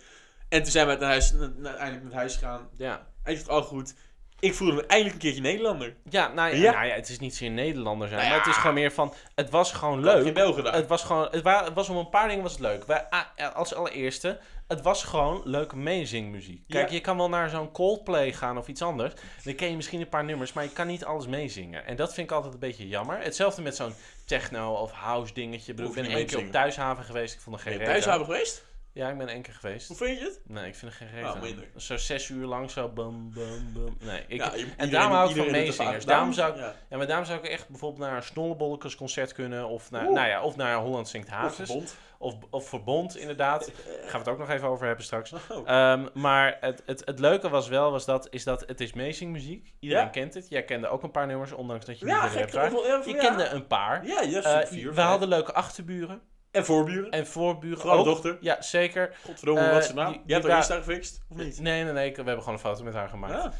Speaker 1: En toen zijn we naar huis, na- na- eindelijk naar huis gegaan.
Speaker 2: ja.
Speaker 1: Eigenlijk al "Oh, goed. Ik voelde me eindelijk een keertje Nederlander.
Speaker 2: ja, nou, ja,
Speaker 1: Ja.
Speaker 2: nou ja, het is niet zozeer Nederlander zijn,
Speaker 1: Nou
Speaker 2: maar
Speaker 1: ja.
Speaker 2: het is gewoon meer van, het was gewoon
Speaker 1: Ik had geen
Speaker 2: leuk.
Speaker 1: Belgen daar.
Speaker 2: Het was gewoon, het, wa- het was om een paar dingen was het leuk. Wij, a- als allereerste, het was gewoon leuke amazing muziek. Kijk,
Speaker 1: Ja.
Speaker 2: je kan wel naar zo'n Coldplay gaan of iets anders. Dan ken je misschien een paar nummers, maar je kan niet alles meezingen. En dat vind ik altijd een beetje jammer. Hetzelfde met zo'n techno of house dingetje. Ik bedoel,
Speaker 1: Hoef
Speaker 2: Ik
Speaker 1: je niet
Speaker 2: ben één keer op
Speaker 1: meezingen.
Speaker 2: Thuishaven geweest, ik vond er
Speaker 1: Ben
Speaker 2: geen
Speaker 1: je
Speaker 2: reden.
Speaker 1: thuis hebben geweest?
Speaker 2: Ja, ik ben één keer geweest.
Speaker 1: Hoe vind je het?
Speaker 2: Nee, ik vind er geen
Speaker 1: Oh,
Speaker 2: reden. aan.
Speaker 1: minder.
Speaker 2: Zo zes uur lang zo bam, bam, bam. Nee, ik,
Speaker 1: Ja, je- iedereen-
Speaker 2: daarom hou ik
Speaker 1: iedereen
Speaker 2: van
Speaker 1: doet het
Speaker 2: meezingers.
Speaker 1: vaak.
Speaker 2: Daarom zou ik-
Speaker 1: Ja.
Speaker 2: ja, maar daarom zou ik echt bijvoorbeeld naar Snollebollekes concert kunnen. Of naar,
Speaker 1: Oeh.
Speaker 2: nou ja, of naar Holland Zingt
Speaker 1: Of
Speaker 2: Havens.
Speaker 1: verbond.
Speaker 2: Of, of Verbond, inderdaad. Daar gaan we het ook nog even over hebben straks.
Speaker 1: Oh.
Speaker 2: Ehm, maar het, het, het leuke was wel, was dat, is dat het is amazing muziek. Iedereen
Speaker 1: Ja.
Speaker 2: kent het. Jij kende ook een paar nummers, ondanks dat je
Speaker 1: Ja,
Speaker 2: niet de
Speaker 1: gek.
Speaker 2: rap waren.
Speaker 1: wel even-
Speaker 2: Je
Speaker 1: ja.
Speaker 2: kende een paar.
Speaker 1: Ja, je
Speaker 2: Eh,
Speaker 1: hebt vier.
Speaker 2: we
Speaker 1: vijf.
Speaker 2: hadden leuke achterburen
Speaker 1: En voorburen.
Speaker 2: en voorburen
Speaker 1: Vrouw
Speaker 2: ook.
Speaker 1: dochter.
Speaker 2: Ja, zeker.
Speaker 1: Godverdomme,
Speaker 2: Eh,
Speaker 1: wat is haar naam?
Speaker 2: die-
Speaker 1: Jij hebt
Speaker 2: die
Speaker 1: haar
Speaker 2: wa-
Speaker 1: Insta gefixt, of niet?
Speaker 2: Nee, nee, nee. ik- We hebben gewoon een foto met haar gemaakt.
Speaker 1: Ja.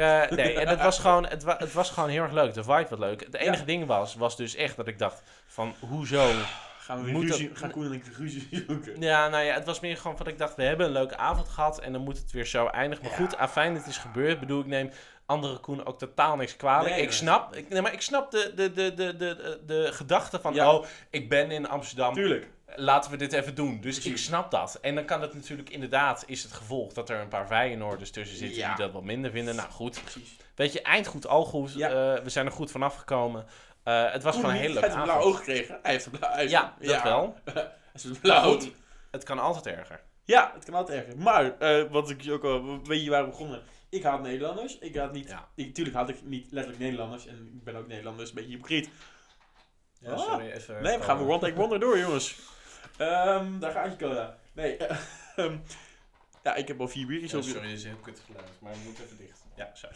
Speaker 2: eh, nee, en het was, gewoon, het, wa- het was gewoon heel erg leuk. De vibe was leuk. Het enige ding was, was dus echt dat ik dacht van, hoezo?
Speaker 1: Gaan we weer
Speaker 2: Moet
Speaker 1: ruzie,
Speaker 2: dat-
Speaker 1: gaan Koen en ik ruzie zoeken.
Speaker 2: Ja, nou ja, het was meer gewoon van, ik dacht, we hebben een leuke avond gehad en dan moet het weer zo eindigen. Maar goed, afijn, het is gebeurd. Ik bedoel, ik neem andere Koen ook totaal niks kwalijk.
Speaker 1: Nee,
Speaker 2: ik
Speaker 1: nee.
Speaker 2: snap, ik, nee, maar ik snap de, de, de, de, de, de, de gedachte van,
Speaker 1: Ja.
Speaker 2: oh, ik ben in Amsterdam,
Speaker 1: Tuurlijk.
Speaker 2: laten we dit even doen. Dus ik
Speaker 1: Precies.
Speaker 2: snap dat. En dan kan het natuurlijk inderdaad, is het gevolg dat er een paar vijenoorders tussen zitten
Speaker 1: Ja.
Speaker 2: die dat wat minder vinden. Nou goed.
Speaker 1: Precies.
Speaker 2: Weet je, eind goed, al goed.
Speaker 1: Ja.
Speaker 2: Eh, we zijn er goed vanaf gekomen. Eh, het was
Speaker 1: Koen
Speaker 2: gewoon een
Speaker 1: heeft-
Speaker 2: hele
Speaker 1: Hij heeft
Speaker 2: leuke
Speaker 1: een
Speaker 2: avond.
Speaker 1: blauw oog gekregen. Hij heeft een blauw oog.
Speaker 2: Ja, dat wel.
Speaker 1: Hij is een blauw
Speaker 2: Maar
Speaker 1: oog.
Speaker 2: goed, het kan altijd erger.
Speaker 1: Ja, het kan altijd erger. Maar, eh, wat ik je ook al... Weet je waar we begonnen? Ik haat Nederlanders. Ik haat niet...
Speaker 2: Ja.
Speaker 1: Ik, tuurlijk haat ik niet letterlijk Nederlanders. En ik ben ook Nederlanders. Een beetje hypocriet. Ah.
Speaker 2: even.
Speaker 1: Nee, we gaan we One Take Wonder door, jongens. Ehm, daar gaat je cola. Nee. ehm, ja, ik heb al vier biertjes op.
Speaker 2: dit is heel kut geluid, maar we moeten even dicht. Ja, zo.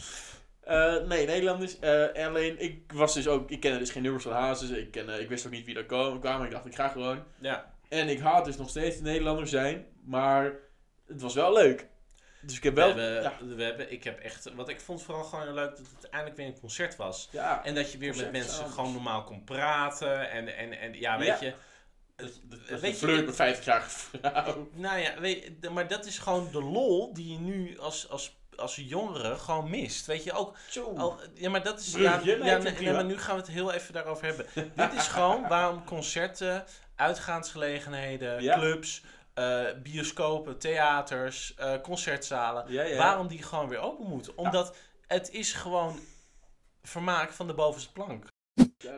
Speaker 1: Eh, nee, Nederlanders. Eh, en alleen, ik was dus ook... Ik kende dus geen nummers van Hazes. Ik, ken, eh, ik wist ook niet wie daar kwam- kwamen. Ik dacht, ik ga gewoon.
Speaker 2: Ja.
Speaker 1: En ik haat dus nog steeds de Nederlanders zijn. Maar het was wel leuk. Dus ik heb wel...
Speaker 2: we, hebben,
Speaker 1: ja,
Speaker 2: we hebben, ik heb echt, wat ik vond vooral gewoon heel leuk dat het eindelijk weer een concert was.
Speaker 1: ja.
Speaker 2: En dat je weer met
Speaker 1: Concert is
Speaker 2: mensen
Speaker 1: anders.
Speaker 2: gewoon normaal kon praten. En, en, en ja, weet
Speaker 1: Ja.
Speaker 2: je.
Speaker 1: Dat, dat,
Speaker 2: Weet
Speaker 1: is een
Speaker 2: je-
Speaker 1: flirt met 50-jarige vrouw.
Speaker 2: Nou ja, weet je, de- maar dat is gewoon de lol die je nu als, als, als jongere gewoon mist. Weet je, ook
Speaker 1: Tjoe.
Speaker 2: Al- ja, maar dat is. Ja,
Speaker 1: Bruggetje? Nee, ik vind
Speaker 2: ja, nee,
Speaker 1: het
Speaker 2: nee,
Speaker 1: prima.
Speaker 2: maar nu gaan we het heel even daarover hebben. Dit is gewoon waarom concerten, uitgaansgelegenheden,
Speaker 1: Ja.
Speaker 2: clubs, eh, bioscopen, theaters, eh, concertzalen.
Speaker 1: Ja, ja.
Speaker 2: Waarom die gewoon weer open moeten. Omdat het is gewoon vermaak van de bovenste plank.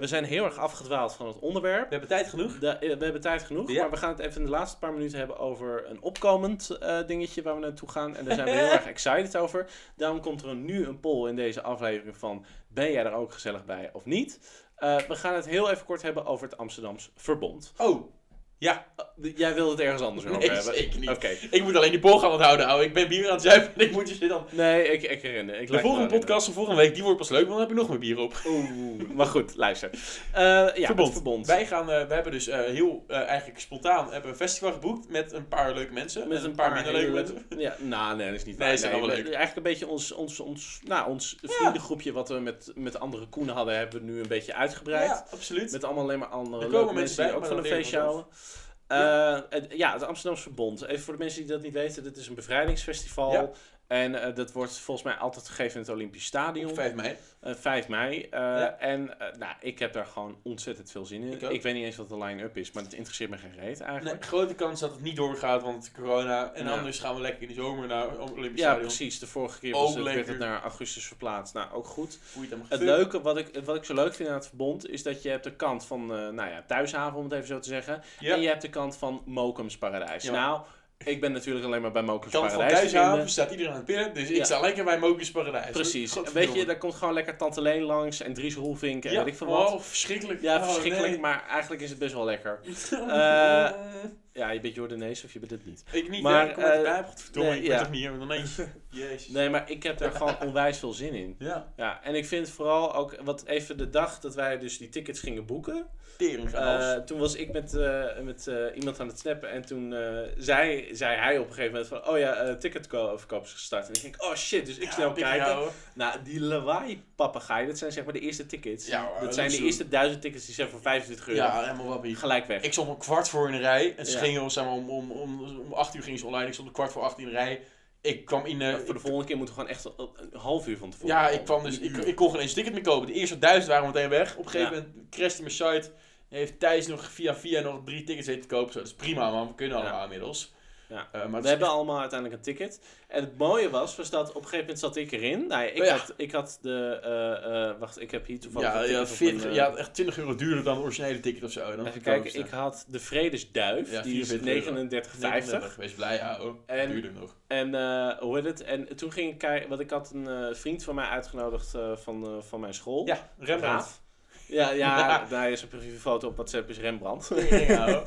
Speaker 2: We zijn heel erg afgedwaald van het onderwerp.
Speaker 4: We hebben tijd genoeg.
Speaker 2: Da- eh, we hebben tijd genoeg,
Speaker 1: Ja.
Speaker 2: maar we gaan het even in de laatste paar minuten hebben over een opkomend eh, dingetje waar we naartoe gaan. En daar zijn we heel erg excited over. Daarom komt er een- nu een poll in deze aflevering van ben jij er ook gezellig bij of niet? Eh, we gaan het heel even kort hebben over het Amsterdams Verbond.
Speaker 1: Oh,
Speaker 2: Eh, d- jij wilde het ergens anders over
Speaker 1: Nee,
Speaker 2: hebben?
Speaker 1: zeker niet.
Speaker 2: Oké.
Speaker 1: ik moet alleen die bol gaan onthouden, ouwe. Ik ben bier aan het zuipen en ik moet je dan...
Speaker 2: Nee, ik, ik herinner. Ik
Speaker 1: De
Speaker 2: lijk me
Speaker 1: volgende
Speaker 2: wel in.
Speaker 1: podcast van volgende week, die wordt pas leuk, want dan heb je nog meer bier op.
Speaker 2: Oeh, maar goed, luister. Eh, ja,
Speaker 1: Verbond.
Speaker 2: Het verbond.
Speaker 1: Wij gaan, eh, we hebben dus eh, heel eh, eigenlijk spontaan hebben we een festival geboekt met een paar leuke mensen. en minder leuke
Speaker 2: hele-
Speaker 1: mensen.
Speaker 2: Ja, nou, nee, dat is niet
Speaker 1: Nee,
Speaker 2: waar.
Speaker 1: is allemaal
Speaker 2: we-
Speaker 1: leuk.
Speaker 2: Eigenlijk een beetje ons, ons, ons, nou, ons vriendengroepje wat we met, met andere koenen hadden, hebben we nu een beetje uitgebreid.
Speaker 1: Ja, absoluut.
Speaker 2: Met allemaal alleen maar andere
Speaker 1: Er komen
Speaker 2: leuke
Speaker 1: mensen
Speaker 2: mensen die
Speaker 1: bij,
Speaker 2: ook
Speaker 1: maar
Speaker 2: van een
Speaker 1: dan
Speaker 2: feestje
Speaker 1: leren we het
Speaker 2: houden. Eh, het- ja, het Amsterdamse Verbond. Even voor de mensen die dat niet weten, dit is een bevrijdingsfestival.
Speaker 1: Ja.
Speaker 2: En eh, dat wordt volgens mij altijd gegeven in het Olympisch Stadion.
Speaker 1: Op 5 mei.
Speaker 2: Eh, 5 mei. eh,
Speaker 1: Ja.
Speaker 2: En eh, nou, ik heb daar gewoon ontzettend veel zin in.
Speaker 1: Ik
Speaker 2: Ik,
Speaker 1: ook.
Speaker 2: weet niet eens wat de line-up is, maar dat interesseert me geen reet
Speaker 1: Nee,
Speaker 2: eigenlijk.
Speaker 1: grote kans dat het niet doorgaat, want corona. En
Speaker 2: Ja.
Speaker 1: anders gaan we lekker in de zomer naar het Olympisch
Speaker 2: Ja,
Speaker 1: Stadion.
Speaker 2: precies. De vorige keer
Speaker 1: Ook
Speaker 2: was het, werd
Speaker 1: lekker.
Speaker 2: het naar augustus verplaatst. Nou, ook goed.
Speaker 1: Boeit hem
Speaker 2: Het
Speaker 1: geen fuck.
Speaker 2: leuke, wat ik, wat ik zo leuk vind aan het verbond, is dat je hebt de kant van, eh, nou ja, thuishaven om het even zo te zeggen.
Speaker 1: Ja.
Speaker 2: En je hebt de kant van Mokums Paradijs.
Speaker 1: Ja.
Speaker 2: Nou, ik ben natuurlijk alleen maar bij Mokums
Speaker 1: Kant van
Speaker 2: Paradijs te vinden.
Speaker 1: Thuishaven staat iedereen aan het pillen, dus
Speaker 2: Ja.
Speaker 1: ik sta lekker bij Mokus Paradijs.
Speaker 2: Precies. Weet
Speaker 1: Godverdomme.
Speaker 2: je, daar komt gewoon lekker Tante Leen langs en Dries Roelvink en
Speaker 1: ja.
Speaker 2: weet ik veel wat.
Speaker 1: Oh, verschrikkelijk.
Speaker 2: Ja,
Speaker 1: Oh,
Speaker 2: verschrikkelijk,
Speaker 1: nee.
Speaker 2: maar eigenlijk is het best wel lekker. Eh, Ja, je bent Jordanees of je bent het niet.
Speaker 1: ik niet,
Speaker 2: maar,
Speaker 1: maar, ik kom uit de
Speaker 2: eh,
Speaker 1: Bijbel, godverdomme,
Speaker 2: nee,
Speaker 1: ik ben
Speaker 2: ja.
Speaker 1: toch niet hier, want dan eentje. Jezus.
Speaker 2: Nee, maar ik heb daar gewoon onwijs veel zin in.
Speaker 1: Ja,
Speaker 2: Ja, en ik vind vooral ook, wat even de dag dat wij dus die tickets gingen boeken.
Speaker 1: tering
Speaker 2: Eh, toen was ik met, eh, met eh, iemand aan het snappen en toen eh, zei, zei hij op een gegeven moment van, oh ja, eh ticketverkoop is gestart. En ik denk, oh shit, dus ik snel kijken. Nou, die lawaai papegaai, dat zijn zeg maar de eerste tickets.
Speaker 1: Ja, hoor,
Speaker 2: dat zijn de
Speaker 1: zo.
Speaker 2: eerste duizend tickets die zijn voor 25 euro.
Speaker 1: Ja, helemaal wappie.
Speaker 2: Gelijk weg.
Speaker 1: Ik eh, stond om kwart voor in de rij. En ze
Speaker 2: Ja.
Speaker 1: gingen zeg maar, om, om, om, om acht uur gingen ze online. Ik stond om kwart voor acht in de rij. Ik kwam in... eh,
Speaker 2: Maar voor de volgende keer moeten we gewoon echt een- een half uur van tevoren.
Speaker 1: Ja,
Speaker 2: komen.
Speaker 1: ik kwam dus,
Speaker 2: Een
Speaker 1: ik,
Speaker 2: uur.
Speaker 1: ik kon geen eens ticket meer kopen. De eerste duizend waren meteen weg. Op een gegeven
Speaker 2: Ja.
Speaker 1: moment crashte mijn site. En heeft Thijs nog via via nog drie tickets weten te kopen. Zo, dat is prima, man. We kunnen
Speaker 2: Ja.
Speaker 1: allemaal inmiddels.
Speaker 2: Ja.
Speaker 1: Eh, maar het
Speaker 2: We
Speaker 1: is
Speaker 2: hebben allemaal uiteindelijk een ticket. En het mooie was, was dat op een gegeven moment zat ik erin. Nou, ik,
Speaker 1: Oh ja.
Speaker 2: had, ik had de. eh, eh, wacht, ik heb hier
Speaker 1: echt-
Speaker 2: toevallig.
Speaker 1: ja,
Speaker 2: een
Speaker 1: ja,
Speaker 2: ticket op
Speaker 1: 40,
Speaker 2: mijn, eh,
Speaker 1: ja, echt 20 euro duurder dan het originele ticket of zo. Dan
Speaker 2: Even kijken, ik had de Vredesduif.
Speaker 1: Ja,
Speaker 2: die is
Speaker 1: 44 euro.
Speaker 2: 39,50.
Speaker 1: Wees blij, ja, oh.
Speaker 2: En,
Speaker 1: Duurder nog.
Speaker 2: en eh, hoe heet het? En toen ging ik kijken, want ik had een eh, vriend van mij uitgenodigd eh, van, eh, van mijn school.
Speaker 1: Ja, Rembrandt.
Speaker 2: Raaf. Ja, ja, daar is een profielfoto op WhatsApp, is Rembrandt.
Speaker 1: Ja, oh.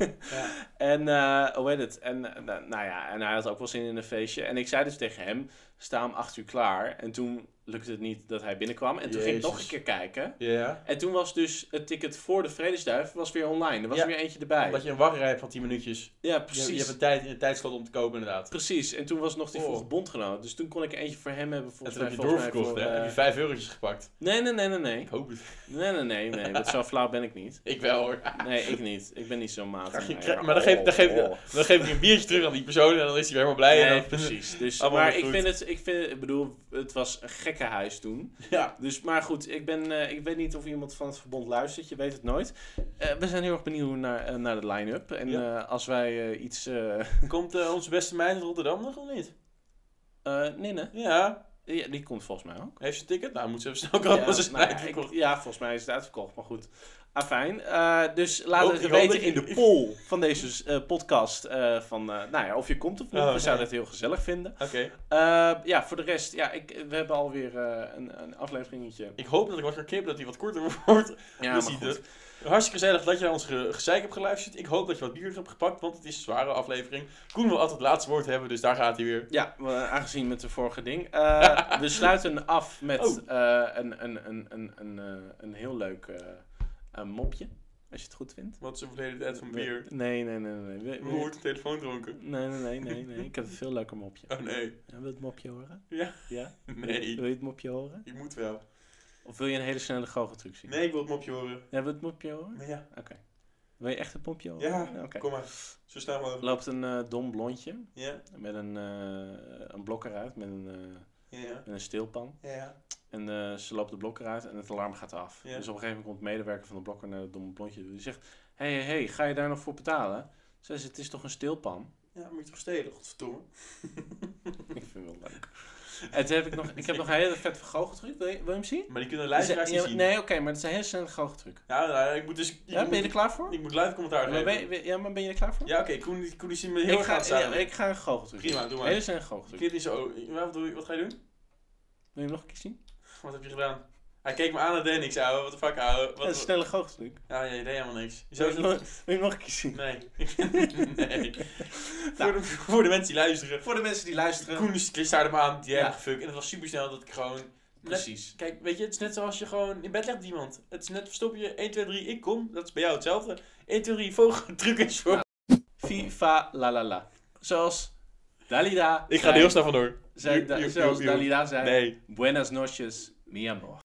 Speaker 2: En eh, hoe heet het? En, eh, nou, nou ja, en hij had ook wel zin in een feestje. En ik zei dus tegen hem, sta om acht uur klaar. En toen lukte het niet dat hij binnenkwam. En toen ging ik
Speaker 1: Jezus.
Speaker 2: nog een keer kijken.
Speaker 1: Ja.
Speaker 2: En toen was dus het ticket voor de Vredesduif was weer online. Er was
Speaker 1: Ja,
Speaker 2: weer eentje erbij.
Speaker 1: Omdat je een wachtrij hebt van 10 minuutjes.
Speaker 2: Ja,
Speaker 1: Je,
Speaker 2: precies.
Speaker 1: je hebt een, tijd, een tijdslot om te kopen, inderdaad.
Speaker 2: Precies. En toen was nog die
Speaker 1: Oh.
Speaker 2: vroege bondgenoot. Dus toen kon ik eentje voor hem hebben.
Speaker 1: En
Speaker 2: Volgens
Speaker 1: toen
Speaker 2: mij,
Speaker 1: heb je
Speaker 2: volgens mij
Speaker 1: doorverkocht,
Speaker 2: voor,
Speaker 1: hè?
Speaker 2: eh,
Speaker 1: Heb je 5 eurotjes gepakt.
Speaker 2: Nee, nee, nee, nee, nee.
Speaker 1: Ik hoop het.
Speaker 2: Nee, nee, nee, nee. Want zo flauw ben ik niet.
Speaker 1: Ik wel, hoor.
Speaker 2: Nee, ik niet. Ik ben niet zo matig.
Speaker 1: Krijg je- krijg- maar oh, dan geef, dan, geef, dan geef ik een biertje terug aan die persoon en dan is hij weer helemaal blij. en
Speaker 2: Nee,
Speaker 1: dan-
Speaker 2: precies. Dus,
Speaker 1: Allemaal
Speaker 2: maar
Speaker 1: weer
Speaker 2: ik
Speaker 1: goed.
Speaker 2: vind het, ik vind, ik bedoel, het was een gekke huis toen.
Speaker 1: Ja.
Speaker 2: Dus, maar goed, ik ben, eh, ik weet niet of iemand van het verbond luistert, je weet het nooit. Eh, we zijn heel erg benieuwd naar, eh, naar de line-up. En
Speaker 1: Ja.
Speaker 2: eh, als wij eh, iets, eh
Speaker 1: Komt eh, onze beste meid in Rotterdam nog of niet?
Speaker 2: eh, Ninne,
Speaker 1: Ja.
Speaker 2: ja, die komt volgens mij ook.
Speaker 1: Heeft ze een ticket? Nou, moet ze even snel komen als ze
Speaker 2: nou
Speaker 1: nou,
Speaker 2: ja, ik- ja, volgens mij is het uitverkocht, maar goed. Afijn, eh, dus laat
Speaker 1: Oh,
Speaker 2: het
Speaker 1: ik hoop
Speaker 2: weten
Speaker 1: dat
Speaker 2: in
Speaker 1: je-
Speaker 2: de poll van deze eh, podcast. eh, van, eh, nou ja, of je komt of niet.
Speaker 1: Oh,
Speaker 2: we
Speaker 1: nee.
Speaker 2: zouden het heel gezellig vinden.
Speaker 1: Oké.
Speaker 2: Eh, ja, voor de rest, ja, ik, we hebben alweer eh, een, een afleveringetje.
Speaker 1: Ik hoop dat ik wat kan knippen, dat hij wat korter wordt.
Speaker 2: Ja,
Speaker 1: Dus
Speaker 2: maar
Speaker 1: die
Speaker 2: goed.
Speaker 1: Hartstikke gezellig dat jij ons ge- gezeik hebt geluisterd. Ik hoop dat je wat bier hebt gepakt, want het is een zware aflevering. Koen wil altijd het laatste woord hebben, dus daar gaat hij weer.
Speaker 2: Ja, we- aangezien met de vorige ding. Eh, we sluiten af met
Speaker 1: Oh.
Speaker 2: eh, een, een, een, een, een, eh, een heel leuk eh, eh, mopje. Als je het goed vindt.
Speaker 1: Want ze verleden tijd van bier.
Speaker 2: Nee, nee, nee, nee. nee.
Speaker 1: Hoe wordt de telefoon dronken?
Speaker 2: Nee, nee, nee, nee, nee. Ik heb een veel leuker mopje.
Speaker 1: Oh nee.
Speaker 2: Ja, wil je het mopje horen?
Speaker 1: Ja.
Speaker 2: ja?
Speaker 1: Nee.
Speaker 2: Wil je het mopje horen?
Speaker 1: Je moet wel.
Speaker 2: Of wil je een hele snelle goocheltruc zien?
Speaker 1: Nee, ik wil het mopje horen.
Speaker 2: Ja, wil je het mopje horen?
Speaker 1: Maar ja,
Speaker 2: Oké. Wil je echt het mopje horen?
Speaker 1: Ja,
Speaker 2: Oké.
Speaker 1: kom maar. Zo snel
Speaker 2: Er
Speaker 1: mogelijk.
Speaker 2: loopt een eh, dom blondje
Speaker 1: Ja,
Speaker 2: met een, eh, een blok eruit, met een, eh,
Speaker 1: ja, ja.
Speaker 2: met een steelpan.
Speaker 1: Ja, ja.
Speaker 2: En eh, ze loopt de blok eruit en het alarm gaat af.
Speaker 1: Ja.
Speaker 2: Dus op een gegeven moment komt de medewerker van de blokker naar het domme blondje toe. Die zegt, hé, hey, hey, ga je daar nog voor betalen? Ze zegt, het is toch een steelpan?
Speaker 1: Ja, moet je toch stelen, godverdomme.
Speaker 2: ik vind het wel leuk. En toen heb ik nog, ik heb nog een hele vet vergoocheltruc. Wil je, wil je hem zien?
Speaker 1: Maar die kunnen de luisteraars
Speaker 2: Ja,
Speaker 1: niet zien.
Speaker 2: Nee, oké, maar het is een hele snelle goocheltruc.
Speaker 1: Ja, nou, ik moet dus... Ik
Speaker 2: Ja, ben je er
Speaker 1: moet,
Speaker 2: klaar voor?
Speaker 1: ik moet live commentaar
Speaker 2: Maar
Speaker 1: geven.
Speaker 2: ben, je- ja, maar ben je er klaar voor?
Speaker 1: Ja, oké, Koen, die- Koen die zien me heel
Speaker 2: ik,
Speaker 1: erg
Speaker 2: ga,
Speaker 1: aan het zadelen.
Speaker 2: ja, ik ga een goocheltruc.
Speaker 1: Prima, doe
Speaker 2: Een
Speaker 1: maar.
Speaker 2: hele snelle
Speaker 1: Ik
Speaker 2: goocheltruc.
Speaker 1: weet niet zo... Wat, doe je, wat ga je doen?
Speaker 2: Wil je hem nog een keer zien?
Speaker 1: Wat heb je gedaan? Hij keek me aan en deed niks, ouwe. What the fuck, ouwe.
Speaker 2: Ja, een
Speaker 1: Wat,
Speaker 2: snelle goocheltruc.
Speaker 1: ja, ja, je deed helemaal niks. Je
Speaker 2: Wil
Speaker 1: zou
Speaker 2: je hem
Speaker 1: zo...
Speaker 2: nog- wil je hem nog een keer zien?
Speaker 1: Nee. nee.
Speaker 2: Nou.
Speaker 1: Voor, de, voor de mensen die luisteren.
Speaker 2: Voor de mensen die luisteren.
Speaker 1: Koen is- die staarde me aan, die
Speaker 2: Ja.
Speaker 1: ja. fuck. En het was super snel dat ik gewoon... Net,
Speaker 2: Precies.
Speaker 1: kijk, weet je, het is net zoals je gewoon in bed legt met iemand. Het is net verstop je, 1, 2, 3, ik kom. Dat is bij jou hetzelfde. 1, 2, 3, vogel, truc is voor...
Speaker 2: FIFA la la la. Zoals Dalida.
Speaker 1: Ik ga er heel snel vandoor.
Speaker 2: zei,
Speaker 1: Joe,
Speaker 2: da-
Speaker 1: joe,
Speaker 2: Zoals
Speaker 1: joe, joe.
Speaker 2: Dalida zei.
Speaker 1: Nee.
Speaker 2: Buenas noches, mi amor.